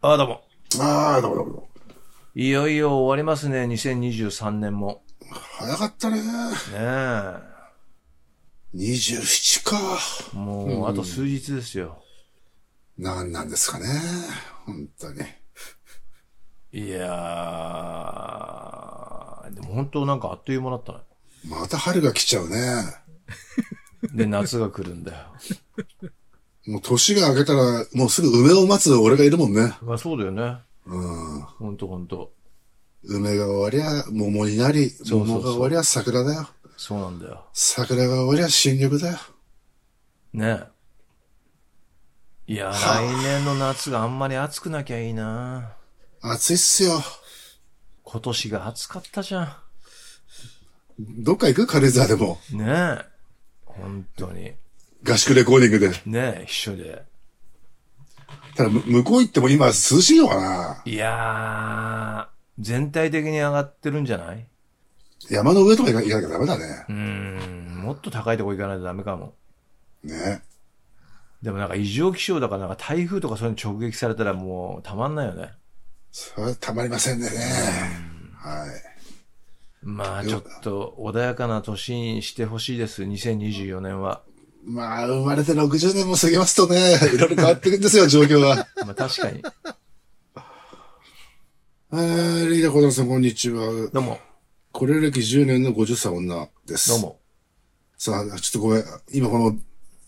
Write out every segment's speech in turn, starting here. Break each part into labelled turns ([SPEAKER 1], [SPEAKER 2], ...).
[SPEAKER 1] ああ、どうも。
[SPEAKER 2] ああ、どうもどうもどうも。
[SPEAKER 1] いよいよ終わりますね、2023年も。
[SPEAKER 2] 早かったね。
[SPEAKER 1] ねえ。
[SPEAKER 2] 27か。
[SPEAKER 1] もう、あと数日ですよ。
[SPEAKER 2] 何なんですかね。本当に。
[SPEAKER 1] いやー、でも本当なんかあっという間だったね。
[SPEAKER 2] また春が来ちゃうね。
[SPEAKER 1] で、夏が来るんだよ。
[SPEAKER 2] もう年が明けたら、もうすぐ梅を待つ俺がいるもんね。
[SPEAKER 1] まあそうだよね。
[SPEAKER 2] うん。
[SPEAKER 1] ほんとほんと。
[SPEAKER 2] 梅が終わりゃ桃になり、
[SPEAKER 1] うそうそう
[SPEAKER 2] 桃が終わりゃ桜だよ。
[SPEAKER 1] そうなんだよ。
[SPEAKER 2] 桜が終わりゃ新緑だよ。
[SPEAKER 1] ねえ。いやー、来年の夏があんまり暑くなきゃいいな
[SPEAKER 2] 暑いっすよ。
[SPEAKER 1] 今年が暑かったじゃ
[SPEAKER 2] どっか行く軽井沢でも。
[SPEAKER 1] ん。ねえ。本当に。
[SPEAKER 2] 合宿レコーディングで。
[SPEAKER 1] ねえ、一緒で。
[SPEAKER 2] ただ、む向こう行っても今涼しいのかない
[SPEAKER 1] やー、全体的に上がってるんじゃない
[SPEAKER 2] 山の上とか行か行かなきゃダメだね
[SPEAKER 1] う。ーん、もっと高いとこ行かないとダメかも。
[SPEAKER 2] ね。
[SPEAKER 1] でもなんか異常気象だからなんか台風とかそういうの直撃されたらもうたまんないよね。
[SPEAKER 2] それはたまりませんね。はい。
[SPEAKER 1] まあちょっと穏やかな年にしてほしいです、2024年は。
[SPEAKER 2] まあ、生まれて60年も過ぎますとね、 いろいろ変わっていくんですよ、状況が。
[SPEAKER 1] まあ確かに。
[SPEAKER 2] えー、リーダー小田さん、こんにちは。
[SPEAKER 1] どうも、
[SPEAKER 2] これ歴10年の50歳女です。
[SPEAKER 1] どう。も。
[SPEAKER 2] さあ、ちょっとごめん、今この、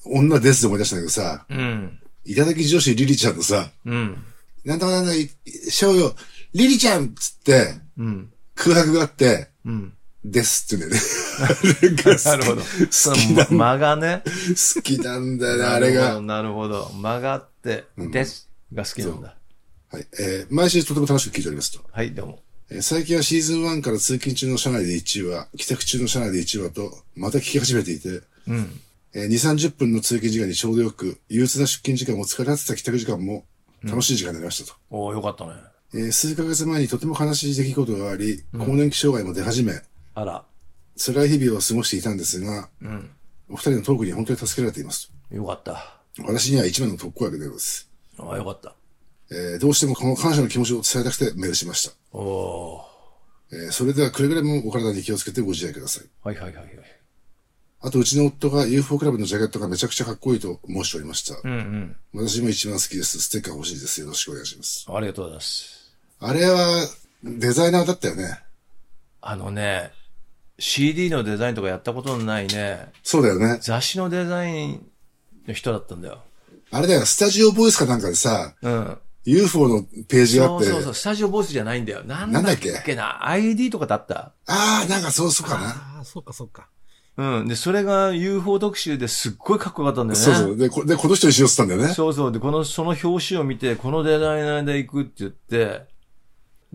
[SPEAKER 2] 女ですって思い出したんだけどさ、
[SPEAKER 1] うん、
[SPEAKER 2] いただき女子リリちゃんのさ、
[SPEAKER 1] うん、
[SPEAKER 2] なんとかなんだ、いしょうよ、リリちゃんっつって、
[SPEAKER 1] うん、
[SPEAKER 2] 空白があって、
[SPEAKER 1] うん。
[SPEAKER 2] ですって言うんだよね。
[SPEAKER 1] なるほど。そ
[SPEAKER 2] 好
[SPEAKER 1] の
[SPEAKER 2] きなん
[SPEAKER 1] 間がね。
[SPEAKER 2] 好きなんだよね、あ
[SPEAKER 1] な
[SPEAKER 2] れ
[SPEAKER 1] るほ
[SPEAKER 2] が
[SPEAKER 1] ど。なるほど。間があって、です。が好きなんだ。
[SPEAKER 2] はい。えー毎週とても楽しく聞いておりますと。
[SPEAKER 1] はい、どうも。
[SPEAKER 2] えー最近はシーズン1から通勤中の車内で1話、帰宅中の車内で1話と、また聞き始めていて、
[SPEAKER 1] うん。
[SPEAKER 2] えー2、30分の通勤時間にちょうどよく、憂鬱な出勤時間も疲れ果てた帰宅時間も楽しい時間になりましたと。
[SPEAKER 1] おおよかったね。
[SPEAKER 2] えー数ヶ月前にとても悲しい出来事があり、更年期障害も出始め、
[SPEAKER 1] あら、
[SPEAKER 2] 辛い日々を過ごしていたんですが、
[SPEAKER 1] うん。
[SPEAKER 2] お二人のトークに本当に助けられています
[SPEAKER 1] よかった。
[SPEAKER 2] と。私には一番の特攻役でございます。
[SPEAKER 1] ああ、よかった。
[SPEAKER 2] えーどうしてもこの感謝の気持ちを伝えたくてメールしました。
[SPEAKER 1] おお
[SPEAKER 2] えーそれではくれぐれもお体に気をつけてご自愛ください。
[SPEAKER 1] ーはいはいはいはい。
[SPEAKER 2] あと、うちの夫が UFO クラブのジャケットがめちゃくちゃかっこいいと申しておりました。
[SPEAKER 1] うんうん。
[SPEAKER 2] 私も一番好きです。ステッカー欲しいです。よろしくお願いします。
[SPEAKER 1] ありがとうございます。
[SPEAKER 2] あれは、デザイナーだったよね。
[SPEAKER 1] あのね、CD のデザインとかやったことのないね、
[SPEAKER 2] そうだよね。
[SPEAKER 1] 雑誌のデザインの人だったんだよ。
[SPEAKER 2] あれだよ、スタジオボイスかなんかでさ、
[SPEAKER 1] うん。
[SPEAKER 2] UFO のページがあ
[SPEAKER 1] そ
[SPEAKER 2] っ
[SPEAKER 1] う
[SPEAKER 2] て、
[SPEAKER 1] そうそう、スタジオボイスじゃないんだよ。なんだ
[SPEAKER 2] なんだ
[SPEAKER 1] っ
[SPEAKER 2] っけ
[SPEAKER 1] けな、ID とかだった
[SPEAKER 2] ああ、なんかそうそうかな。
[SPEAKER 3] ああ、そうかそうか。
[SPEAKER 1] うん。で、それが UFO 特集ですっごいかっこよかったんだよね。
[SPEAKER 2] そうそう。で、こでこの人にしようって言ったんだよね。
[SPEAKER 1] そうそう。で、この、その表紙を見て、このデザイナーで行くって言って、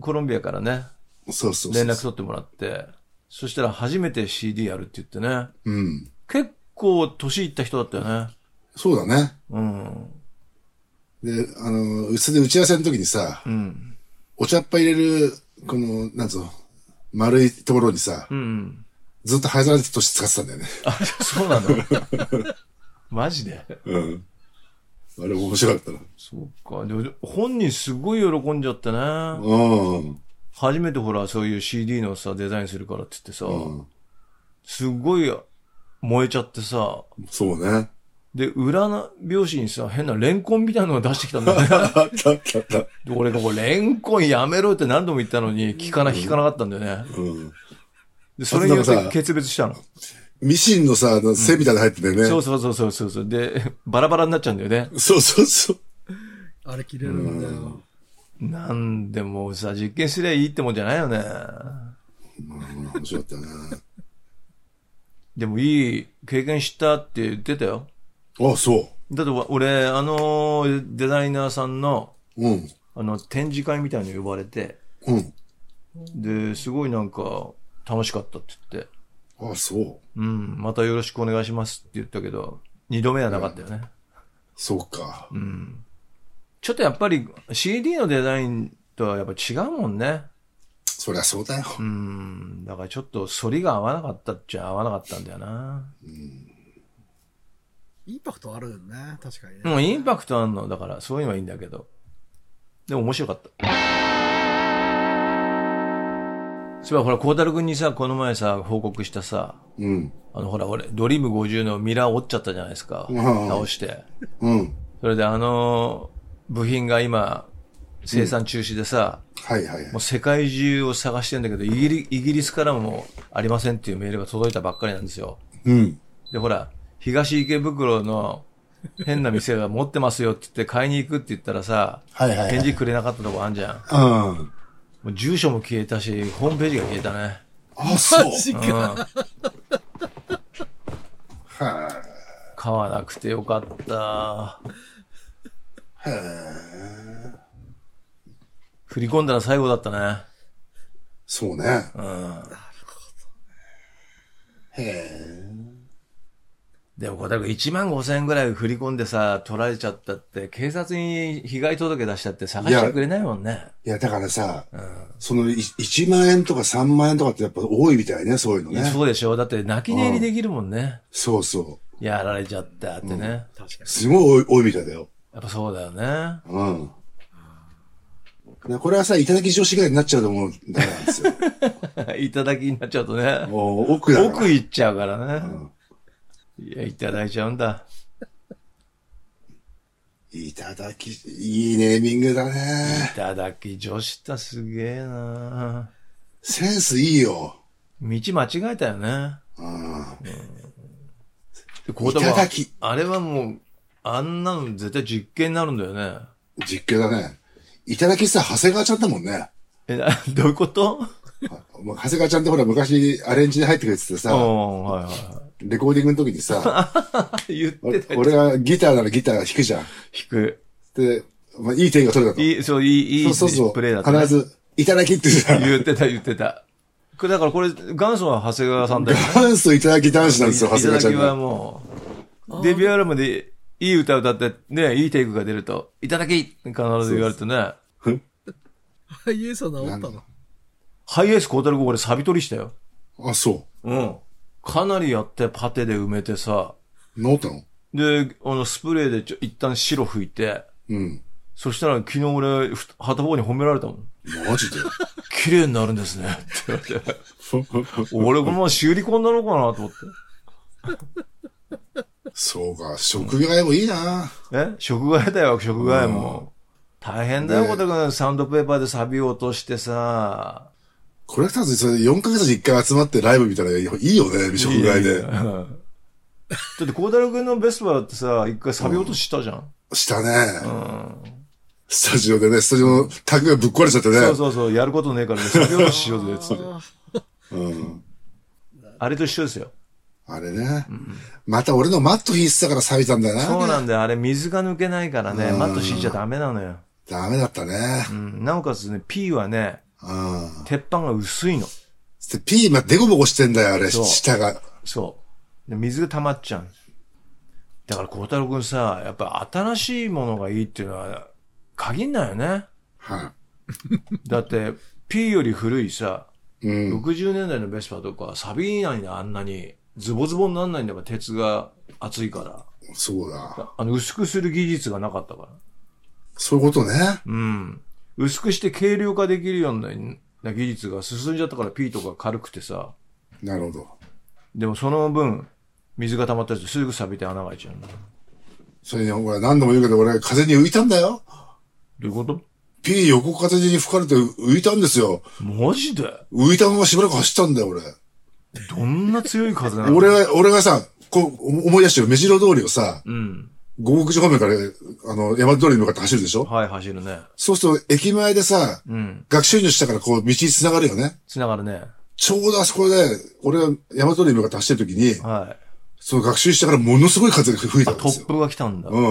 [SPEAKER 1] コロンビアからね、
[SPEAKER 2] そうそうそ
[SPEAKER 1] 連
[SPEAKER 2] う
[SPEAKER 1] 絡取ってもらって、そしたら初めて CD やるって言ってね。
[SPEAKER 2] うん。
[SPEAKER 1] 結構年いった人だったよね。
[SPEAKER 2] そうだね。
[SPEAKER 1] うん。
[SPEAKER 2] で、あの、うちで打ち合わせの時にさ、
[SPEAKER 1] うん。
[SPEAKER 2] お茶っ葉入れる、この、なんつうの、丸いところにさ、
[SPEAKER 1] うん。
[SPEAKER 2] ずっと灰皿で年使ってたんだよね。
[SPEAKER 1] あ、そうなの マジで
[SPEAKER 2] うん。あれ面白かったな。
[SPEAKER 1] そうか。で本人すごい喜んじゃってね。
[SPEAKER 2] うん。
[SPEAKER 1] 初めてほら、そういう CD のさ、デザインするからって言ってさ、
[SPEAKER 2] うん。
[SPEAKER 1] すごい燃えちゃってさ、
[SPEAKER 2] そうね。
[SPEAKER 1] で、裏の表紙にさ、変なレンコンみたいなのを出してきたんだよね。
[SPEAKER 2] あったあったあった。
[SPEAKER 1] で俺がこう、レンコンやめろって何度も言ったのに、聞かな、聞かなかったんだよね。
[SPEAKER 2] うん。
[SPEAKER 1] で、それによっ
[SPEAKER 2] あとなん
[SPEAKER 1] て
[SPEAKER 2] かさ
[SPEAKER 1] 決別したの。
[SPEAKER 2] ミシンのさ、あの線みたいなの入ってたよね。
[SPEAKER 1] そうそうそうそうそうそう。で、 バラバラになっちゃうんだよね。
[SPEAKER 2] そうそうそう。
[SPEAKER 3] あれ切れるんだよ。
[SPEAKER 1] なんでもうさ、実験すりゃいいってもんじゃないよね。
[SPEAKER 2] うん面白かったな。
[SPEAKER 1] でもいい経験したって言ってたよ。
[SPEAKER 2] あ、そ
[SPEAKER 1] だってわ俺、あのデザイナーさんの、
[SPEAKER 2] う。うん。
[SPEAKER 1] あの、展示会みたいに呼ばれて、
[SPEAKER 2] うん。
[SPEAKER 1] で、すごいなんか、楽しかったって言って、
[SPEAKER 2] あ、そう。
[SPEAKER 1] うん、またよろしくお願いしますって言ったけど、二度目はなかったよね。
[SPEAKER 2] そうか。
[SPEAKER 1] ちょっとやっぱり CD のデザインとはやっぱ違うもんね。
[SPEAKER 2] そりゃそうだよ。
[SPEAKER 1] うん、だからちょっと反りが合わなかったっちゃ合わなかったんだよな。
[SPEAKER 3] インパクトあるよね、確かにね。
[SPEAKER 1] もうインパクトあんの、だからそういうのはいいんだけど。でも面白かった。そういえばほら、孝太郎君にさ、この前さ、報告したさ、
[SPEAKER 2] うん。
[SPEAKER 1] あのほら、俺、ドリーム50のミラー折っちゃったじゃないですか。
[SPEAKER 2] ん
[SPEAKER 1] 倒して。
[SPEAKER 2] うん。
[SPEAKER 1] それであの、部品が今、生産中止でさ、
[SPEAKER 2] はいはいはい
[SPEAKER 1] もう。世界中を探してんだけど、イギリイギリスからもありませんっていうメールが届いたばっかりなんですよ。
[SPEAKER 2] うん。
[SPEAKER 1] で、ほら、東池袋の変な店が持ってますよって言って買いに行くって言ったらさ、
[SPEAKER 2] はいはいはい
[SPEAKER 1] 返事くれなかったとこあんじゃん。
[SPEAKER 2] うん。
[SPEAKER 1] もう住所も消えたし、ホームページが消えたね。
[SPEAKER 2] あ、そう。
[SPEAKER 3] ジ
[SPEAKER 1] うん
[SPEAKER 3] か。。
[SPEAKER 2] はあ。
[SPEAKER 1] 買わなくてよかった。振り込んだら最後だったね。
[SPEAKER 2] そうね。
[SPEAKER 1] うん。
[SPEAKER 2] へ
[SPEAKER 1] でも、これ、1万5千円ぐらい振り込んでさ、取られちゃったって、警察に被害届出したって探してくれないもんね。
[SPEAKER 2] え。いや、だからさ、そのい1万円とか3万円とかってやっぱ多いみたいね、そういうのね。
[SPEAKER 1] そうでしょだって泣き寝入りできるもんね。
[SPEAKER 2] そうそう。
[SPEAKER 1] やられちゃったってね。や
[SPEAKER 3] 確かに。
[SPEAKER 2] すごい多い多いみたいだよ。
[SPEAKER 1] っぱそうだよね。
[SPEAKER 2] うん。なこれはさ、いただき女子ぐらいになっちゃうと思うん だからなんですよ。
[SPEAKER 1] いただきになっちゃうとね。
[SPEAKER 2] もう奥だから。
[SPEAKER 1] 奥行っちゃうからね。いや、いただいちゃうんだ。
[SPEAKER 2] いただき、いいネーミングだ
[SPEAKER 1] い
[SPEAKER 2] ね。
[SPEAKER 1] ただき女子ったすげえな
[SPEAKER 2] センスいいよ。
[SPEAKER 1] 道間違えたよね。
[SPEAKER 2] うん。
[SPEAKER 1] でこう
[SPEAKER 2] いただき
[SPEAKER 1] あれはもう、あんなの絶対実験になるんだよね。
[SPEAKER 2] 実況だね。いただきさ、長谷川ちゃんだもんね。
[SPEAKER 1] え、な どういうこと
[SPEAKER 2] あ長谷川ちゃんってほら昔アレンジで入ってくれてて
[SPEAKER 1] う
[SPEAKER 2] さ、
[SPEAKER 1] ん、はいは
[SPEAKER 2] レコーディングの時 にさ、
[SPEAKER 1] い。言って
[SPEAKER 2] 俺
[SPEAKER 1] たよ。
[SPEAKER 2] 俺がギターならギター弾くじゃん。
[SPEAKER 1] 引く。
[SPEAKER 2] で、まあ、いい点が取れたと。
[SPEAKER 1] いい、そう、いい、いい
[SPEAKER 2] そうそう
[SPEAKER 1] プレイだ
[SPEAKER 2] そ
[SPEAKER 1] っ
[SPEAKER 2] う。
[SPEAKER 1] た、ね。
[SPEAKER 2] 必ず、いただきってさ、
[SPEAKER 1] 言ってた、言ってた。これだからこれ、元祖は長谷川さんだよね。
[SPEAKER 2] 元祖いただき男子なんですよ、長
[SPEAKER 1] いた
[SPEAKER 2] 谷
[SPEAKER 1] だ
[SPEAKER 2] 川ちゃ
[SPEAKER 1] き
[SPEAKER 2] ん
[SPEAKER 1] は
[SPEAKER 2] が。
[SPEAKER 1] もう、デビューアルバムでいい歌歌って、ね、いいテイクが出ると、いただきって必ず言われてね。
[SPEAKER 3] 俳優さん治った
[SPEAKER 2] なん
[SPEAKER 3] の
[SPEAKER 1] ハイエースコータルゴ俺サビ取りしたよ。
[SPEAKER 2] あ、そ
[SPEAKER 1] うん。かなりやってパテで埋めてさ、
[SPEAKER 2] う。治ったの
[SPEAKER 1] で、あの、スプレーでちょ一旦白拭いて、
[SPEAKER 2] うん。
[SPEAKER 1] そしたら昨日俺、ふはたぼうに褒められたもん。
[SPEAKER 2] マジで。
[SPEAKER 1] 綺麗になるんですね。って言われて。俺、このまま修理込んだのかなと思って。
[SPEAKER 2] そうか、職業もいいな
[SPEAKER 1] え食害だよ、食害も。大変だよ、
[SPEAKER 2] ね
[SPEAKER 1] 小田君。サウンドペーパーでサビを落としてさ。
[SPEAKER 2] コレクターズにそれ4ヶ月に1回集まってライブ見たらいいよね、職業
[SPEAKER 1] いやい
[SPEAKER 2] で
[SPEAKER 1] や。うんだって、孝太郎君のベスパーってさ、一回サビ落とししたじゃん。
[SPEAKER 2] したね。スタジオでね、スタジオのタグがぶっ壊れちゃってね。
[SPEAKER 1] そうそうそう、やることねえからね、サビ落とししようぜ、つって。
[SPEAKER 2] うん。
[SPEAKER 1] あれと一緒ですよ。
[SPEAKER 2] あれね。また俺のマット引いてたから錆びたんだよな。
[SPEAKER 1] そうなんだよ、あれ水が抜けないからね、マット敷いちゃダメなのよ。
[SPEAKER 2] ダメだったね。
[SPEAKER 1] うん、なおかつね、P はね、
[SPEAKER 2] うん。
[SPEAKER 1] 鉄板が薄いの。
[SPEAKER 2] で、ピーマンデコボコしてんだよ、あれ、
[SPEAKER 1] そう
[SPEAKER 2] 下が。
[SPEAKER 1] そう。で水が溜まっちゃう。だから、孝太郎くんさ、やっぱ新しいものがいいっていうのは、限んないよ ね。
[SPEAKER 2] は
[SPEAKER 1] だって、P より古いさ、
[SPEAKER 2] い。うん。
[SPEAKER 1] 60年代のベスパとか、サビないんだよ、あんなに。ズボズボになんないんだから、鉄が熱いから。
[SPEAKER 2] そうだ。
[SPEAKER 1] あの、薄くする技術がなかったから。
[SPEAKER 2] そういうことね。
[SPEAKER 1] うん。薄くして軽量化できるような技術が進んじゃったから P とか軽くてさ。
[SPEAKER 2] なるほど。
[SPEAKER 1] でもその分、水が溜まったりするとすぐ錆びて穴が開いちゃうのど
[SPEAKER 2] それに、ほら、何度も言うけど、俺、風に浮いたんだよ。
[SPEAKER 1] ういうこと
[SPEAKER 2] ピー横風に吹かれて浮いたんですよ。
[SPEAKER 1] マジで
[SPEAKER 2] 浮いたまましばらく走ったんだよ、俺。
[SPEAKER 1] どんな強い風なの
[SPEAKER 2] 俺が、俺がさ、こう、思い出してる目白通りをさ、
[SPEAKER 1] うん。
[SPEAKER 2] 五国寺方面から、あの、山通りに向かって走るでしょ
[SPEAKER 1] はい、走るね。
[SPEAKER 2] そうすると、駅前でさ、
[SPEAKER 1] うん。
[SPEAKER 2] 学習入したからこう、道に繋がるよね。
[SPEAKER 1] つながるね。
[SPEAKER 2] ちょうどあそこで、俺が山通りに向かって走ってる時に、
[SPEAKER 1] はい。
[SPEAKER 2] その学習したからものすごい風が吹いたんですよ。
[SPEAKER 1] 突風が来たんだ。
[SPEAKER 2] う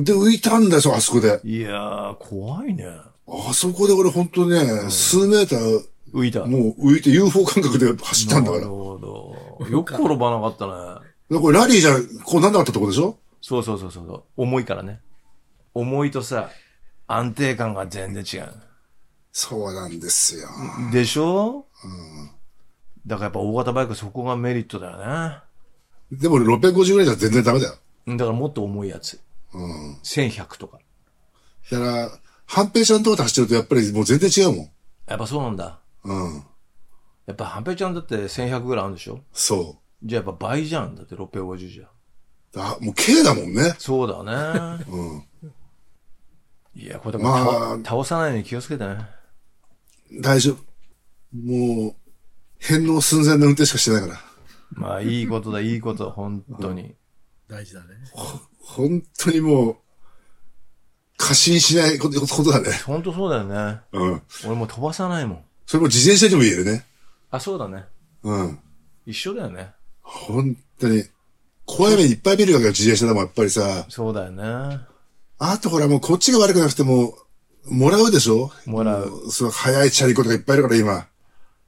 [SPEAKER 2] ん。で、浮いたんだよ、そうあそこで。
[SPEAKER 1] いやー、怖いね。
[SPEAKER 2] あそこで俺本当ね、数メーター、
[SPEAKER 1] 浮いた。な
[SPEAKER 2] もう浮いて UFO 感覚で走ったんだから。
[SPEAKER 1] るほど。よく転ばなかったね。
[SPEAKER 2] でこれラリーじゃ、こうなんなかったとこでしょ
[SPEAKER 1] そうそうそうそうそう。重いからね。重いとさ、安定感が全然違う。
[SPEAKER 2] そうなんですよ。
[SPEAKER 1] でしょだからやっぱ大型バイクそこがメリットだよね。
[SPEAKER 2] でも俺650ぐらいじゃ全然ダメだよ。
[SPEAKER 1] だからもっと重いやつ。
[SPEAKER 2] うん。
[SPEAKER 1] 1100とか。
[SPEAKER 2] だから、半平ちゃんとかで走ってるとやっぱりもう全然違うもん。
[SPEAKER 1] やっぱそうなんだ。
[SPEAKER 2] うん。
[SPEAKER 1] やっぱ、半平ちゃんだって1100ぐらいあるんでしょ
[SPEAKER 2] そ
[SPEAKER 1] じゃあやっぱ倍じゃん。だって650じゃん。
[SPEAKER 2] う。あ、もう K だもんね。
[SPEAKER 1] そうだね。
[SPEAKER 2] うん。
[SPEAKER 1] いや、これでも
[SPEAKER 2] まあ
[SPEAKER 1] 倒、倒さないように気をつけてね。
[SPEAKER 2] 大丈夫。もう、返納寸前の運転しかしてないから。
[SPEAKER 1] まあ、いいことだ、いいこと、本当に。
[SPEAKER 3] 大事だね。
[SPEAKER 2] 本当にもう、過信しないことことだね。
[SPEAKER 1] 本当そうだよね。
[SPEAKER 2] うん。
[SPEAKER 1] 俺もう飛ばさないもん。
[SPEAKER 2] それも自転車にも言えるね。
[SPEAKER 1] あ、そうだね。
[SPEAKER 2] うん。
[SPEAKER 1] 一緒だよね。
[SPEAKER 2] 本当に。怖い目いっぱい見るわけよ、自転車でもやっぱりさ。
[SPEAKER 1] そうだよね。
[SPEAKER 2] あとほらもうこっちが悪くなくても、もらうでしょ
[SPEAKER 1] もらう
[SPEAKER 2] う。その早いチャリコとかいっぱいいるから今。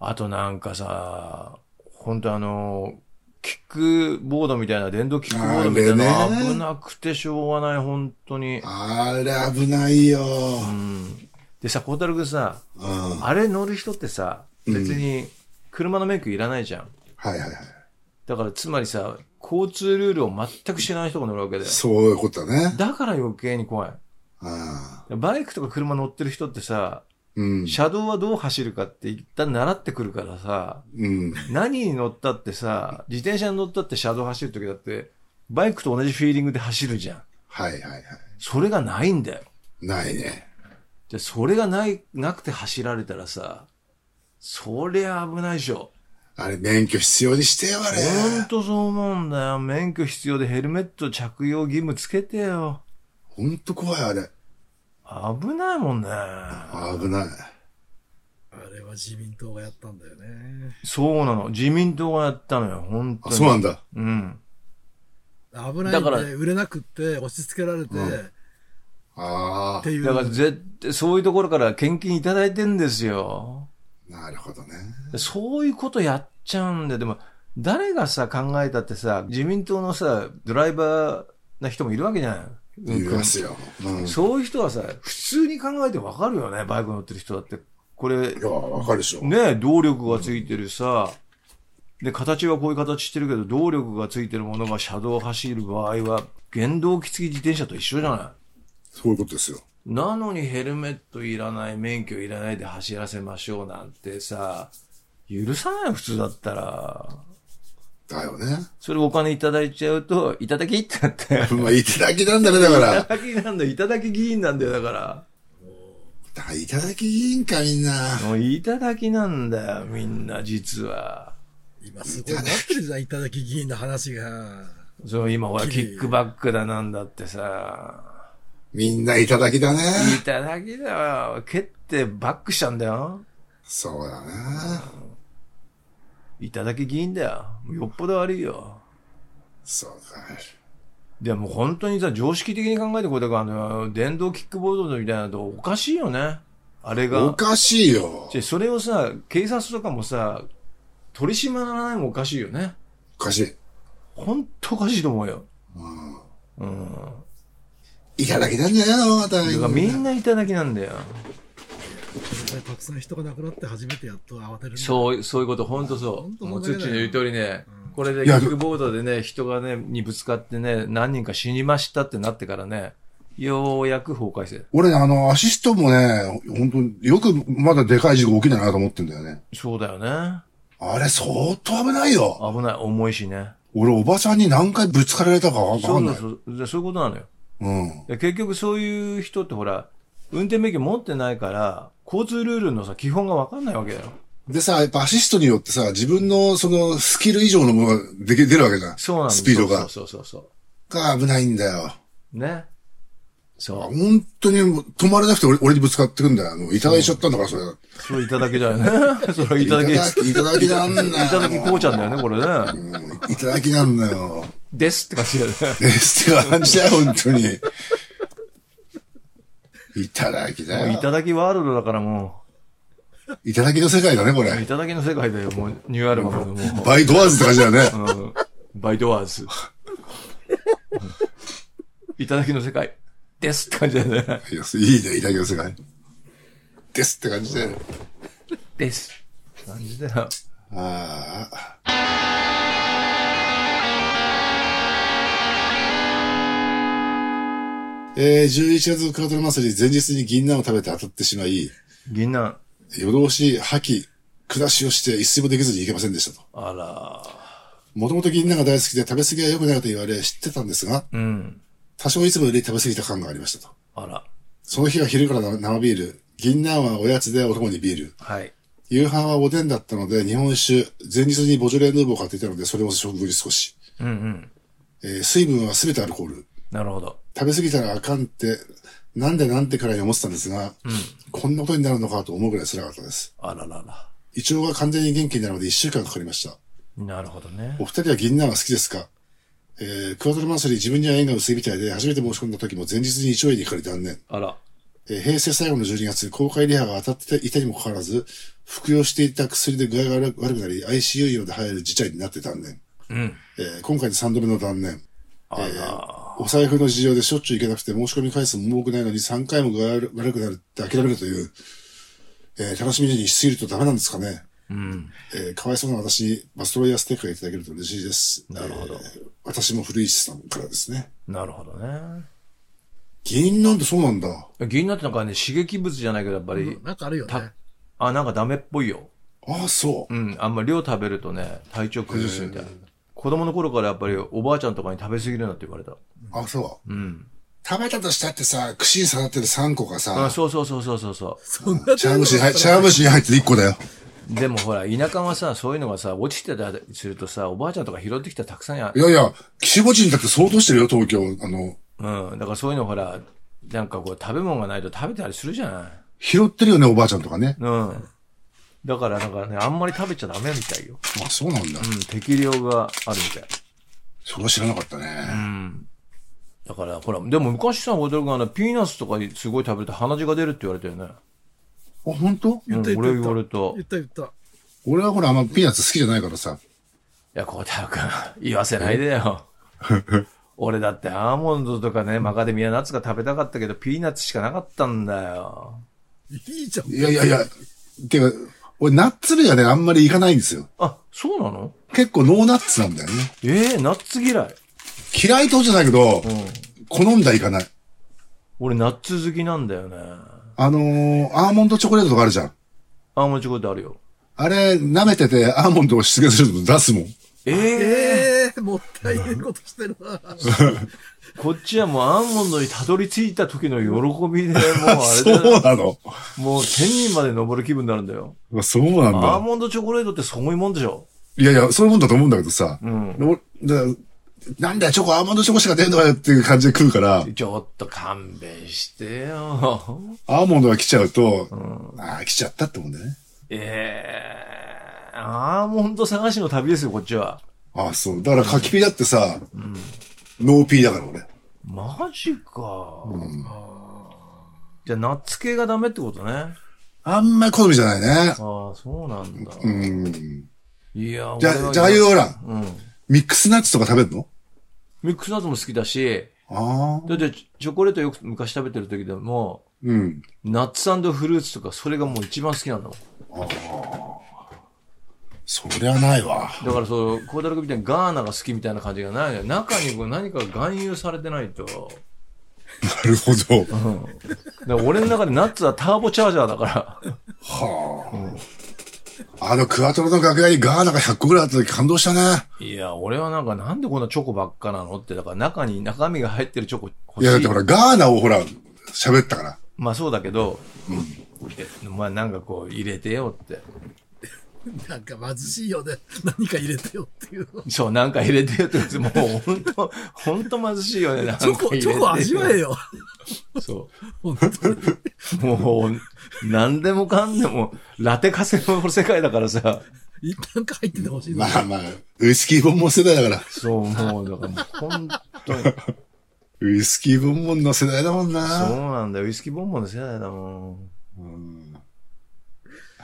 [SPEAKER 1] あとなんかさ、本当あの、キックボードみたいな、電動キックボードみたい
[SPEAKER 2] あ
[SPEAKER 1] な、
[SPEAKER 2] れね
[SPEAKER 1] 危なくてしょうがない、本当に。
[SPEAKER 2] あれ危ないよ。
[SPEAKER 1] うん。でさ、孝太郎くんさ、
[SPEAKER 2] うん。はい
[SPEAKER 1] あれ乗る人ってさ、別に車の免許いらないじゃん。
[SPEAKER 2] はいはい。
[SPEAKER 1] だからつまりさ、交通ルールを全く知らない人が乗るわけだよ。
[SPEAKER 2] そういうことだね。
[SPEAKER 1] だから余計に怖い。
[SPEAKER 2] ああ。
[SPEAKER 1] バイクとか車乗ってる人ってさ、
[SPEAKER 2] うん。
[SPEAKER 1] 車道はどう走るかって一旦習ってくるからさ、
[SPEAKER 2] うん。
[SPEAKER 1] 何に乗ったってさ、自転車に乗ったって車道走るときだって、バイクと同じフィーリングで走るじゃん。
[SPEAKER 2] はいはいはい。
[SPEAKER 1] それがないんだよ。
[SPEAKER 2] ないね。
[SPEAKER 1] で、それがない、なくて走られたらさ、そりゃ危ないでしょ。
[SPEAKER 2] あれ免許必要にしてよ、あれ。
[SPEAKER 1] ほんとそう思うんだよ。免許必要でヘルメット着用義務つけてよ。
[SPEAKER 2] ほんと怖い、あれ。
[SPEAKER 1] 危ないもんね。
[SPEAKER 2] 危ない。
[SPEAKER 3] あれは自民党がやったんだよね。
[SPEAKER 1] そうなの。自民党がやったのよ、本当
[SPEAKER 2] あ、
[SPEAKER 1] に。
[SPEAKER 2] そうなんだ。
[SPEAKER 1] うん。
[SPEAKER 3] 危な
[SPEAKER 1] だ
[SPEAKER 3] い
[SPEAKER 1] か
[SPEAKER 3] ん
[SPEAKER 1] ら
[SPEAKER 3] で、売れなくって、押し付けられて、
[SPEAKER 2] うん
[SPEAKER 3] っ
[SPEAKER 2] ああ
[SPEAKER 3] て。いう。
[SPEAKER 1] だから絶対、そういうところから献金いただいてんですよ。
[SPEAKER 2] なるほどね。
[SPEAKER 1] そういうことやっちゃうんだよ。でも、誰がさ、考えたってさ、自民党のさ、ドライバーな人もいるわけじゃない
[SPEAKER 2] 言いますよ。うん。い
[SPEAKER 1] そういう人はさ、普通に考えてわかるよね、バイク乗ってる人だって。これ、
[SPEAKER 2] や、わかるでしょ。
[SPEAKER 1] ねえ、動力がついてるさ、で、形はこういう形してるけど、動力がついてるものが車道を走る場合は、原動機付き自転車と一緒じゃない
[SPEAKER 2] そういうことですよ。
[SPEAKER 1] なのにヘルメットいらない、免許いらないで走らせましょうなんてさ、許さないよ普通だったら。
[SPEAKER 2] だよね。
[SPEAKER 1] それお金いただいちゃうと、いただきってなって。い
[SPEAKER 2] まあ、いただきなんだね、だか
[SPEAKER 1] た
[SPEAKER 2] ら。
[SPEAKER 1] だきなんだよ、いただき議員なんだよ、だか
[SPEAKER 2] だからいただきいいんか、みんな
[SPEAKER 1] ら。。もういただきなんだよ、みんな、実は。
[SPEAKER 3] 今すごいなってるじゃん、いただき議員の話が。
[SPEAKER 1] そう、今ほら、キ
[SPEAKER 3] きれい
[SPEAKER 1] ックバックだなんだってさ。
[SPEAKER 2] みんないただきだね。
[SPEAKER 1] いただきだよ。蹴ってバックしたんだよ。
[SPEAKER 2] そうだな。
[SPEAKER 1] いただき議員だよ。よっぽど悪いよ。
[SPEAKER 2] そうか。
[SPEAKER 1] でも本当にさ、常識的に考えてこれだから、あの、電動キックボードみたいなとおかしいよね。あれ
[SPEAKER 2] お
[SPEAKER 1] が。
[SPEAKER 2] かしいよ。
[SPEAKER 1] でそれをさ、警察とかもさ、取り締まらないのもおかしいよね。
[SPEAKER 2] おかしい。
[SPEAKER 1] ほんとおかしいと思うよ。
[SPEAKER 2] いただきなんじゃないのまた。
[SPEAKER 1] だからみんないただきなんだよ。
[SPEAKER 3] やっぱりたくさん人が亡くなって初めてやっと慌てるね
[SPEAKER 1] そう、そういうこと、ほんとそ
[SPEAKER 3] ほん
[SPEAKER 1] う。
[SPEAKER 3] と
[SPEAKER 1] もう、つ
[SPEAKER 3] それ
[SPEAKER 1] っ
[SPEAKER 3] だ
[SPEAKER 1] ち
[SPEAKER 3] けだ
[SPEAKER 1] の
[SPEAKER 3] よ
[SPEAKER 1] 言う通りね、これで
[SPEAKER 2] い
[SPEAKER 1] キ
[SPEAKER 2] や
[SPEAKER 1] ックボードでね、人がね、にぶつかってね、何人か死にましたってなってからね、ようやく法改正。
[SPEAKER 2] 俺ね、あの、アシストもね、本当によくまだでかい事故起きないなと思ってんだよね。
[SPEAKER 1] そうだよね。
[SPEAKER 2] あれ相当危ないよ。
[SPEAKER 1] 危ない、重いしね。
[SPEAKER 2] 俺、おばちゃんに何回ぶつかられたかわか
[SPEAKER 1] そ
[SPEAKER 2] ん
[SPEAKER 1] う
[SPEAKER 2] な
[SPEAKER 1] だ
[SPEAKER 2] い。う
[SPEAKER 1] そう、でそういうことなのよ。
[SPEAKER 2] ん。
[SPEAKER 1] で結局そういう人ってほら、運転免許持ってないから、交通ルールのさ、基本がわかんないわけだよ。
[SPEAKER 2] でさ、やっぱアシストによってさ、自分のそのスキル以上のものができ出るわけじゃん。
[SPEAKER 1] そうなんだ
[SPEAKER 2] スピードが。
[SPEAKER 1] そうそうそうそ
[SPEAKER 2] が危ないんだよ。
[SPEAKER 1] う。ね。そう。
[SPEAKER 2] 本当にもう止まれなくて俺俺にぶつかってくんだよ。もういただいちゃったんだから、それ。
[SPEAKER 1] それいただきだよね。 それいただき、い
[SPEAKER 2] いただきいただきなんだよ。
[SPEAKER 1] ただきこうちゃんだよね、これね。
[SPEAKER 2] いただきなんだよ。
[SPEAKER 1] ですって感じだよね。
[SPEAKER 2] ですって感じだよ、本当に。いただきだ
[SPEAKER 1] もうい
[SPEAKER 2] よ。
[SPEAKER 1] ただきワールドだからも
[SPEAKER 2] いただきの世界だね、こ
[SPEAKER 1] う、
[SPEAKER 2] れ。
[SPEAKER 1] いただきの世界だよ、もう、ニューアルバムのも
[SPEAKER 2] バイドアーズって感じだね。
[SPEAKER 1] う、うん、バイドワーズ。いただきの世界、ですって感じだよね。
[SPEAKER 2] いやいいね、いただきの世界。ですって感じだよ。
[SPEAKER 1] です。感じだよ。
[SPEAKER 2] ああ。えー、11月のカートル祭り前日に銀杏を食べて当たってしまい、
[SPEAKER 1] 銀杏。
[SPEAKER 2] 夜通し吐き、下しをして一睡もできずにいけませんでしたと。
[SPEAKER 1] あら。
[SPEAKER 2] もともと銀杏が大好きで食べ過ぎは良くないと言われ知ってたんですが、
[SPEAKER 1] うん。
[SPEAKER 2] 多少いつもより食べ過ぎた感がありましたと。
[SPEAKER 1] あら。
[SPEAKER 2] その日は昼からな生ビール、銀杏はおやつでお供にビール、
[SPEAKER 1] はい。
[SPEAKER 2] 夕飯はおでんだったので日本酒、前日にボジョレ・ヌーボーを買っていたのでそれを食後に少し。
[SPEAKER 1] うんうん。
[SPEAKER 2] えー水分は全てアルコール。
[SPEAKER 1] なるほど。
[SPEAKER 2] 食べ過ぎたらあかんって、なんでなんてくらいに思ってたんですが、こんなことになるのかと思うぐらい辛かったです。
[SPEAKER 1] あららら。
[SPEAKER 2] 胃腸が完全に元気になるまで1週間かかりました。
[SPEAKER 1] なるほどね
[SPEAKER 2] お。二人は銀杏は好きですかえー、クワトロマンスリー自分には縁が薄いみたいで、初めて申し込んだ時も前日に胃腸炎にかかり断念。
[SPEAKER 1] あら。
[SPEAKER 2] えー平成最後の12月、公開リハが当たっていたにもかかわらず、服用していた薬で具合が悪くなり、ICU 用で入る事態になって断念。
[SPEAKER 1] うん。
[SPEAKER 2] えー今回で3度目の断念。
[SPEAKER 1] あら。
[SPEAKER 2] お財布の事情でしょっちゅう行けなくて申し込み回数も多くないのに3回も具合が悪くなるって諦めるという、えー楽しみにしすぎるとダメなんですかね。
[SPEAKER 1] うん。
[SPEAKER 2] えーかわいそうな私にバストロイヤーステッカーいただけると嬉しいです。なるほど。私も古市さんからですね。
[SPEAKER 1] なるほどね。
[SPEAKER 2] 銀なんてそうなんだ。
[SPEAKER 1] 銀杏ってなんかね、刺激物じゃないけど、やっぱり、
[SPEAKER 3] なんかあるよね。
[SPEAKER 1] たあ、なんかダメっぽいよ。
[SPEAKER 2] ああ、そう。
[SPEAKER 1] うん。あんまり量食べるとね、体調崩すみたいな。子供の頃からやっぱりおばあちゃんとかに食べ過ぎるなって言われた。
[SPEAKER 2] あそう。
[SPEAKER 1] うん。
[SPEAKER 2] 食べたとしたってさ、串に刺さってる3個が
[SPEAKER 1] あ
[SPEAKER 2] さ、
[SPEAKER 1] そうそうそうそうそうそう。
[SPEAKER 3] そんな
[SPEAKER 2] 茶蒸しに入茶蒸しに入ってる1個だよ。
[SPEAKER 1] でもほら、田舎はさ、そういうのがさ、落ちてたりするとさ、おばあちゃんとか拾ってきたらたくさんや
[SPEAKER 2] い。やいや、岸墓地にだって相当してるよ、東京。あの、
[SPEAKER 1] うん。だからそういうのほら、なんかこう、食べ物がないと食べたりするじゃない。
[SPEAKER 2] 拾ってるよね、おばあちゃんとかね。
[SPEAKER 1] うん。だから、なんかね、あんまり食べちゃダメみたいよ。
[SPEAKER 2] あ、そうなんだ。
[SPEAKER 1] うん、適量があるみたい。
[SPEAKER 2] それは知らなかったね。
[SPEAKER 1] だから、ほら、でも昔さ、ホテルがあの、ピーナッツとかすごい食べると鼻血が出るって言われたよね。
[SPEAKER 2] あ、本当？
[SPEAKER 3] 言った
[SPEAKER 1] うん
[SPEAKER 3] 言った
[SPEAKER 1] 俺言われた
[SPEAKER 3] 言った言った。
[SPEAKER 2] 俺はほら、あんまピーナッツ好きじゃないからさ。
[SPEAKER 1] いや、こうたくん、言わせないで よ。俺だってアーモンドとかね、マカデミアナッツが食べたかったけど、ピーナッツしかなかったんだよ。
[SPEAKER 3] いいじゃん。
[SPEAKER 2] いやいやいや、てか、俺ナッツ類はね、あんまりいかないんですよ。
[SPEAKER 1] あ、そうなの
[SPEAKER 2] 結構ノーナッツなんだよね。
[SPEAKER 1] ええナッツ嫌い。
[SPEAKER 2] 嫌いってことじゃないけど、
[SPEAKER 1] ん
[SPEAKER 2] 好んだいかない。
[SPEAKER 1] 俺、ナッツ好きなんだよね。
[SPEAKER 2] あのー、アーモンドチョコレートとかあるじゃん。
[SPEAKER 1] アーモンドチョコレートあるよ。
[SPEAKER 2] あれ、舐めててアーモンドを出現すると出すもん。
[SPEAKER 1] ええ
[SPEAKER 3] ええもったいないことしてるな。
[SPEAKER 1] こっちはもうアーモンドにたどり着いた時の喜びで、もう あれだ
[SPEAKER 2] そ
[SPEAKER 1] よ
[SPEAKER 2] うなの。
[SPEAKER 1] もう天人まで登る気分になるんだよ。
[SPEAKER 2] そうなん
[SPEAKER 1] アー
[SPEAKER 2] だ。
[SPEAKER 1] モンドチョコレートってそういうもんでしょ。
[SPEAKER 2] いやいや、そういうもんだと思うんだけどさ。
[SPEAKER 1] うん。
[SPEAKER 2] 俺だなんだよ、チョコ、アーモンドチョコしか出んのかよっていう感じで食うから、
[SPEAKER 1] ちょっと勘弁してよ。
[SPEAKER 2] アーモンドが来ちゃうと、ああ、来ちゃったってもんだよね。
[SPEAKER 1] ええアーモンド探しの旅ですよ、こっちは。
[SPEAKER 2] ああ、そう。だから、柿ピーだってさ、ノーピーだから俺。
[SPEAKER 1] マジか。じゃあ、ナッツ系がダメってことね。あ
[SPEAKER 2] あんまり好みじゃないね。
[SPEAKER 1] あ、そうなんだ。
[SPEAKER 2] うん。
[SPEAKER 1] いや、
[SPEAKER 2] じ
[SPEAKER 1] 俺
[SPEAKER 2] ゃ
[SPEAKER 1] は
[SPEAKER 2] あ、じゃあ、ああいうほら、
[SPEAKER 1] うん。
[SPEAKER 2] ミックスナッツとか食べるの
[SPEAKER 1] ミックスナッツも好きだし、
[SPEAKER 2] ああ。
[SPEAKER 1] だってチョコレートよく昔食べてる時でも、
[SPEAKER 2] うん。
[SPEAKER 1] ナッツフルーツとか、それがもう一番好きなんだもん。
[SPEAKER 2] そりゃな いわ。
[SPEAKER 1] だからそう、孝太郎君みたいにガーナが好きみたいな感じがないのよ。中にこう何かが含有されてないと。
[SPEAKER 2] なるほど。
[SPEAKER 1] だから俺の中でナッツはターボチャージャーだから。
[SPEAKER 2] あの、クワトロの楽屋にガーナが100個ぐらいあった時感動したね。
[SPEAKER 1] いや、俺はなんかなんでこんなチョコばっかなのって、だから中に中身が入ってるチョコ
[SPEAKER 2] いや、
[SPEAKER 1] 欲
[SPEAKER 2] だ
[SPEAKER 1] し
[SPEAKER 2] っ
[SPEAKER 1] てい
[SPEAKER 2] ほ。ら、ガーナをほら、喋ったから。
[SPEAKER 1] まあそうだけど、えまあなんかこう入れてよって。
[SPEAKER 3] なんか貧しいよね。何か入れてよっていう。
[SPEAKER 1] そう、なんか入れてよって言って、もうほんと、 ほんと貧しいよね。なんか
[SPEAKER 3] チョコ、
[SPEAKER 1] 入れ
[SPEAKER 3] チ
[SPEAKER 1] てよ
[SPEAKER 3] ョコ味わえよ。
[SPEAKER 1] そう。
[SPEAKER 3] 本当に。
[SPEAKER 1] もう、何でもかんでも、ラテカセの世界だからさ。
[SPEAKER 3] 一旦か入っててほしいな。
[SPEAKER 2] まあまあ、ウイスキーボンボン世代だから。
[SPEAKER 1] そう、もう、だからもう、ほんとに。
[SPEAKER 2] ウイスキーボンボンの世代だもん
[SPEAKER 1] そう
[SPEAKER 2] な。
[SPEAKER 1] なんだよ。ウイスキーボンボンの世代だもん。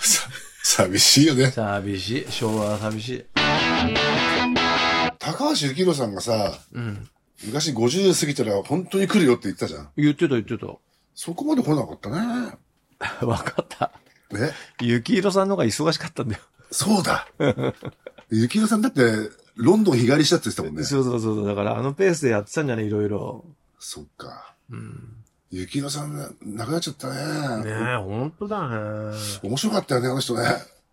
[SPEAKER 2] さ寂しいよね。
[SPEAKER 1] 寂しい。昭和は寂しい。
[SPEAKER 2] 高橋幸宏さんがさ、昔50過ぎたら本当に来るよって言ったじゃん。
[SPEAKER 1] 言ってた言ってた。
[SPEAKER 2] そこまで来なかったね。
[SPEAKER 1] わかった。
[SPEAKER 2] え
[SPEAKER 1] ゆきいろさんの方が忙しかったんだよ。
[SPEAKER 2] そうだ。 幸宏さんだって、ロンドン日帰りしたって言ってたもんね。
[SPEAKER 1] そうそうそうそう。だからあのペースでやってたんじゃねいろいろ。
[SPEAKER 2] そっか。雪乃さんね、亡くなっちゃったね。
[SPEAKER 1] ねえ、ほんとだね。
[SPEAKER 2] 面白かったよね、あの人ね。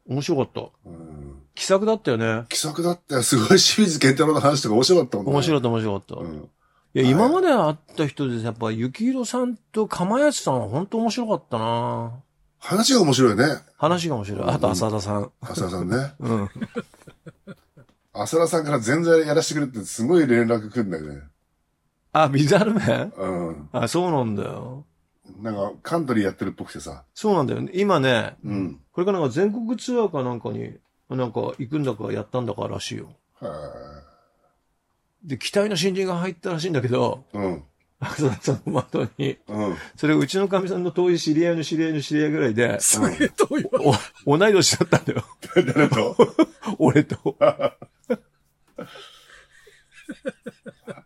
[SPEAKER 1] 面白かった。
[SPEAKER 2] うん。
[SPEAKER 1] 気さくだったよね。
[SPEAKER 2] 気さくだったよ。すごい清水健太郎の話とか面白かったもんね。
[SPEAKER 1] 面白かった、面白かった。
[SPEAKER 2] う
[SPEAKER 1] い
[SPEAKER 2] ん。
[SPEAKER 1] や、
[SPEAKER 2] はい
[SPEAKER 1] 今まで会った人で、やっぱ、雪色さんと釜安さんは本当面白かったな
[SPEAKER 2] 話が面白いよね。
[SPEAKER 1] 話が面白い。あと、浅田さん。
[SPEAKER 2] 浅田さんね。
[SPEAKER 1] うん。
[SPEAKER 2] 浅田さんから全然やらせてくれってすごい連絡来るんだよね。
[SPEAKER 1] あ、ビザルメン
[SPEAKER 2] うん。
[SPEAKER 1] あ、そうなんだよ。
[SPEAKER 2] なんか、カントリーやってるっぽくてさ。
[SPEAKER 1] そうなんだよね。今ね、
[SPEAKER 2] うん。
[SPEAKER 1] これからなんか全国ツアーかなんかに、なんか行くんだかやったんだからしいよ。
[SPEAKER 2] は
[SPEAKER 1] で、期待の新人が入ったらしいんだけど、
[SPEAKER 2] い。うん。
[SPEAKER 1] 浅田さんの後に、
[SPEAKER 2] うん。
[SPEAKER 1] それうちのかみさんの遠い知り合いの知り合いの知り合いぐらいで、
[SPEAKER 3] すげえ遠いわ。
[SPEAKER 1] お同い年だったんだよ。
[SPEAKER 2] 誰と
[SPEAKER 1] 俺と。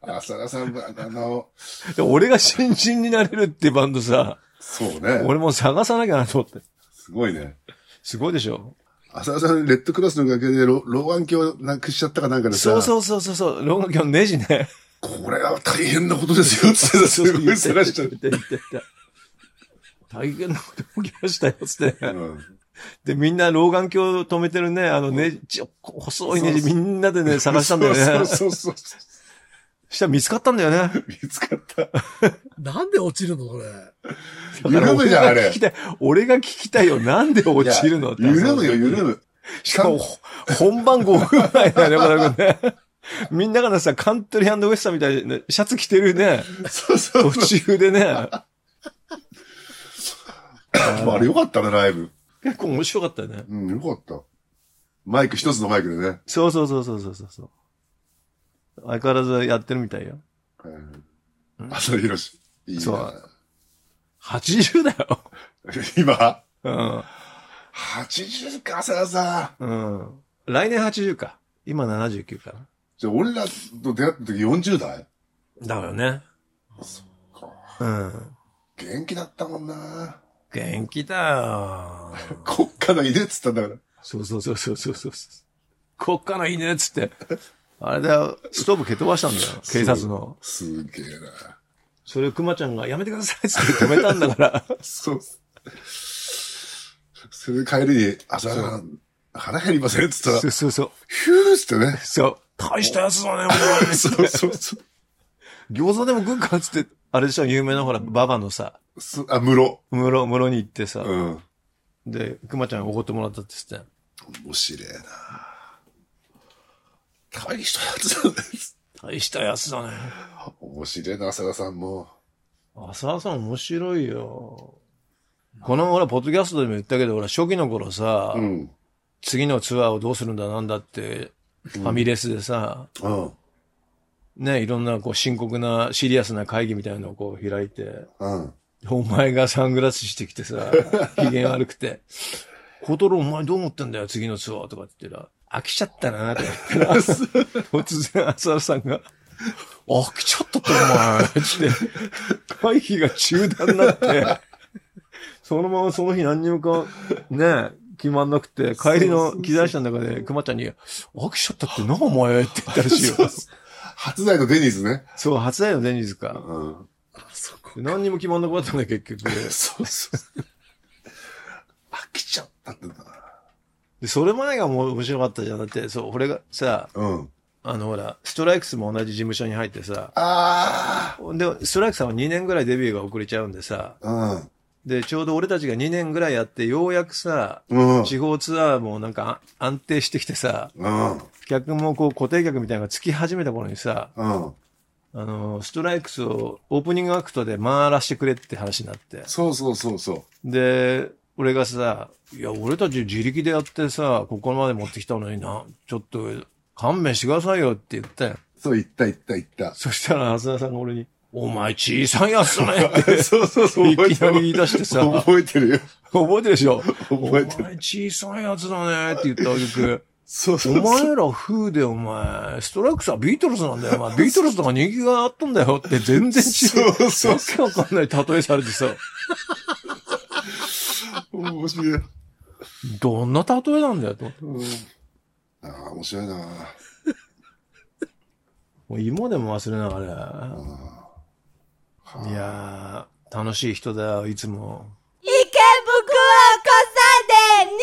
[SPEAKER 2] 浅田さんが、あの、
[SPEAKER 1] で俺が新人になれるってバンドさ、
[SPEAKER 2] そうね。
[SPEAKER 1] 俺も探さなきゃなと思って。
[SPEAKER 2] すごいね。
[SPEAKER 1] すごいでしょ
[SPEAKER 2] 浅田さん、レッドクロスの崖で老老眼鏡をなくしちゃったかなんかでさ。
[SPEAKER 1] そうそうそうそうそう、老眼鏡のネジね。
[SPEAKER 2] これは大変なことですよ、つってすごい探しちゃう。
[SPEAKER 1] 言って言って言って大変なこと起きましたよ、つって。
[SPEAKER 2] うん
[SPEAKER 1] で、みんな老眼鏡を止めてるね、あのね、ちょ細いネジ
[SPEAKER 2] そう
[SPEAKER 1] みんなでね、 探したんだよね。
[SPEAKER 2] そうそうそうそう。
[SPEAKER 1] したら見つかったんだよね。
[SPEAKER 2] 見つかった。
[SPEAKER 3] なんで落ちるの、それ。
[SPEAKER 2] 緩むじゃん、あ
[SPEAKER 1] 俺が
[SPEAKER 2] れ
[SPEAKER 1] 聞き。たい。俺が聞きたいよ。なんで落ちるのって。
[SPEAKER 2] 緩むよ、緩む。
[SPEAKER 1] しかも、ほ本番5分前だよね、これね。みんながさ、カントリーウエスタンみたいなシャツ着てるね、
[SPEAKER 2] そうそう
[SPEAKER 1] 途
[SPEAKER 2] そう。
[SPEAKER 1] 中でね、
[SPEAKER 2] まあ、あれよかったね、ライブ。
[SPEAKER 1] 結構面白かったよね。
[SPEAKER 2] うん、よかった。マイク、一つのマイクでね。
[SPEAKER 1] そうそうそうそうそうそうそう。相変わらずやってるみたいよ。
[SPEAKER 2] うん浅田博士。いいな
[SPEAKER 1] そう80だよ。
[SPEAKER 2] 今、
[SPEAKER 1] うん。
[SPEAKER 2] 80か、浅田さん。
[SPEAKER 1] うん。来年80か。今79かな。
[SPEAKER 2] じゃあ、俺らと出会った時40代
[SPEAKER 1] だよね。うん。
[SPEAKER 2] 元気だったもんな。
[SPEAKER 1] 元気だよ。
[SPEAKER 2] 国家の犬っつったんだから。
[SPEAKER 1] そうそうそうそうそうそう。国家のいいねっつって。あれだよ、ストーブ蹴飛ばしたんだよ、警察の。
[SPEAKER 2] すげえな。
[SPEAKER 1] それを熊ちゃんがやめてくださいっつって止めたんだから。
[SPEAKER 2] そうっす。それで帰りに、朝さん、腹減りませんっつったら、
[SPEAKER 1] そうそうそう。
[SPEAKER 2] ヒューっつってね。
[SPEAKER 1] そう。大したやつだね、お前。
[SPEAKER 2] そうそうそう
[SPEAKER 1] 餃子でも食うかっつって、あれでしょ、有名なほら、ババのさ、
[SPEAKER 2] す。 あ、室。
[SPEAKER 1] 室、室に行ってさ、
[SPEAKER 2] うん。
[SPEAKER 1] で、熊ちゃんおごってもらったって言って
[SPEAKER 2] 面白えな。大したやつだね。
[SPEAKER 1] たよ大したやつだね。
[SPEAKER 2] 面白えな、浅田さんも。
[SPEAKER 1] 浅田さん面白いよ。この、ほら、ポッドキャストでも言ったけど、ほら、初期の頃さ、
[SPEAKER 2] うん。
[SPEAKER 1] 次のツアーをどうするんだなんだって、ファミレスでさ、
[SPEAKER 2] うん。
[SPEAKER 1] ね、いろんなこう深刻なシリアスな会議みたいなのをこう開いて、
[SPEAKER 2] うん。
[SPEAKER 1] お前がサングラスしてきて さ、機嫌悪くて、コトロお前どう思ってんだよ、次のツアーとかって言ったら、飽きちゃったな、とか 言ってさ、突然浅田さんが、飽きちゃったってお前、って、 会議が中断になって、そのままその日何にもか、ね、決まんなくて、帰りの機材車の中で熊ちゃんに、飽きちゃったってな、お前、って言ったらしいよ。
[SPEAKER 2] 初代のデニーズね。
[SPEAKER 1] そう、初だよ、デニーズか。
[SPEAKER 2] うん。
[SPEAKER 3] あそこ。
[SPEAKER 1] 何にも決まんなくなったんだよ、結局。
[SPEAKER 2] そうそう。 飽きちゃったんだな。
[SPEAKER 1] で、それ前がもう面白かったじゃん。だって、そう、俺がさ、
[SPEAKER 2] うん。
[SPEAKER 1] あの、ほら、ストライクスも同じ事務所に入ってさ、
[SPEAKER 2] あ
[SPEAKER 1] で、ストライクさんは2年ぐらいデビューが遅れちゃうんでさ、
[SPEAKER 2] あ。
[SPEAKER 1] で、ちょうど俺たちが2年ぐらいやって、ようやくさ、
[SPEAKER 2] うん。うん。
[SPEAKER 1] 地方ツアーもなんかあ安定してきてさ、
[SPEAKER 2] うん。
[SPEAKER 1] 客もこう固定客みたいなのがつき始めた頃にさ、
[SPEAKER 2] うん。
[SPEAKER 1] あの、ストライクスをオープニングアクトで回らしてくれって話になって。
[SPEAKER 2] そうそうそうそう。
[SPEAKER 1] で、俺がさ、いや、俺たち自力でやってさ、ここまで持ってきたのにな、ちょっと勘弁してくださいよって言ったよ。
[SPEAKER 2] そう、行った行った行った。
[SPEAKER 1] そしたら、浅田さんが俺に、お前小さいやつだねって
[SPEAKER 2] そうそうそ
[SPEAKER 1] いきなり言い出してさ、覚
[SPEAKER 2] 覚えてるよ。
[SPEAKER 1] えてるでしょ
[SPEAKER 2] 覚えて
[SPEAKER 1] お前小さいやつだねって言った挙句、
[SPEAKER 2] そう
[SPEAKER 1] お前ら風でお前、ストライクスはビートルズなんだよ、お前。ビートルズとか人気があったんだよって全然違う。
[SPEAKER 2] そうそう
[SPEAKER 1] わけわかんない例えされてさ、
[SPEAKER 2] 面白い。
[SPEAKER 1] どんな例えなんだよと思って。
[SPEAKER 2] ああ、面白いな。
[SPEAKER 1] もう今でも忘れながら、いやー、楽しい人だよ、いつも。
[SPEAKER 4] 池袋交差点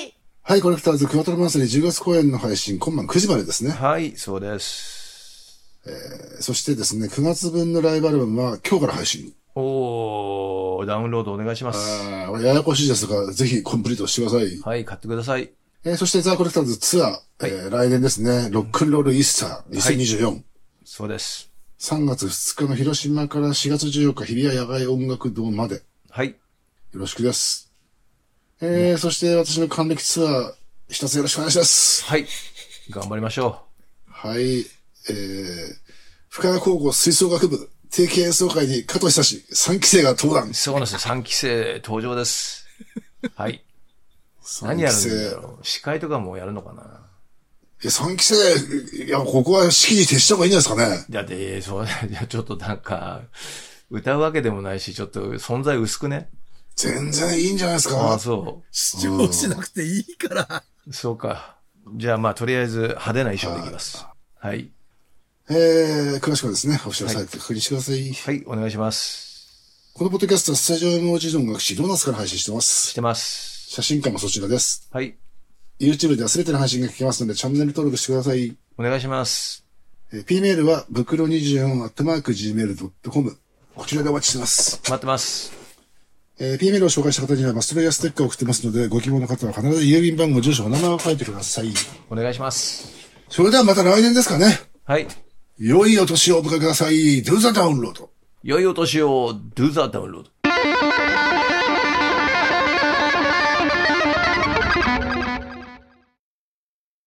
[SPEAKER 4] 24時
[SPEAKER 2] はい、コレクターズクワトロマンスリー10月公演の配信、今晩9時までですね。
[SPEAKER 1] はい、そうです。
[SPEAKER 2] そしてですね、9月分のライブアルバムは今日から配信。
[SPEAKER 1] おー、ダウンロードお願いします。
[SPEAKER 2] あーややこしいですが、ぜひコンプリートしてください。
[SPEAKER 1] はい、買ってください。
[SPEAKER 2] えーそしてザ・コレクターズツアー、えー来年ですね、ロックンロールイースター2024。
[SPEAKER 1] そうです。
[SPEAKER 2] 3月2日の広島から4月14日、日比谷野外音楽堂まで、よ
[SPEAKER 1] はい。
[SPEAKER 2] ろしくです。えーそして私の還暦ツアー、一つよろしくお願いします。
[SPEAKER 1] はい。頑張りましょ
[SPEAKER 2] はい、えー、深谷高校吹奏楽部、定期演奏会に加藤久志、3期生が登壇
[SPEAKER 1] う。。そうなんですよ。3期生登場です。はい。何や
[SPEAKER 2] 何
[SPEAKER 1] るんだろう。司会とかもやるのかな。
[SPEAKER 2] え、3期生、いや、ここは式に徹した方がいいんじゃないですかね。
[SPEAKER 1] だって、そう、いやちょっとなんか、歌うわけでもないし、ちょっと存在薄くね。
[SPEAKER 2] 全然いいんじゃないです
[SPEAKER 1] あ
[SPEAKER 2] か
[SPEAKER 1] あ、。そ
[SPEAKER 3] 主張しなくていいから。
[SPEAKER 1] う。そうか。じゃあまあ、とりあえず派手な衣装でいきます。はい。
[SPEAKER 2] えー、詳しくはですね、オフィシャルサイト確認してください。
[SPEAKER 1] はい、お願いします。
[SPEAKER 2] このポッドキャストはスタジオ MOG の音楽誌ドーナツから配信してま
[SPEAKER 1] し
[SPEAKER 2] す。
[SPEAKER 1] てます。
[SPEAKER 2] 写真館もそちらです。
[SPEAKER 1] はい。
[SPEAKER 2] YouTube では全ての配信が聞けますので、チャンネル登録してください。
[SPEAKER 1] お願いします。
[SPEAKER 2] えー P メールは、ぶくろ24、アットマーク、gmail.com。こちらでお待ちしてます。
[SPEAKER 1] 待ってます。
[SPEAKER 2] えー P メールを紹介した方には、マストレイヤーステッカーを送ってますので、ご希望の方は必ず郵便番号、住所、お名前を書いてください。
[SPEAKER 1] お願いします。
[SPEAKER 2] それではまた来年ですかね。
[SPEAKER 1] はい。
[SPEAKER 2] 良いお年をお迎えください。Do the download.
[SPEAKER 1] 良いお年を、Do the download.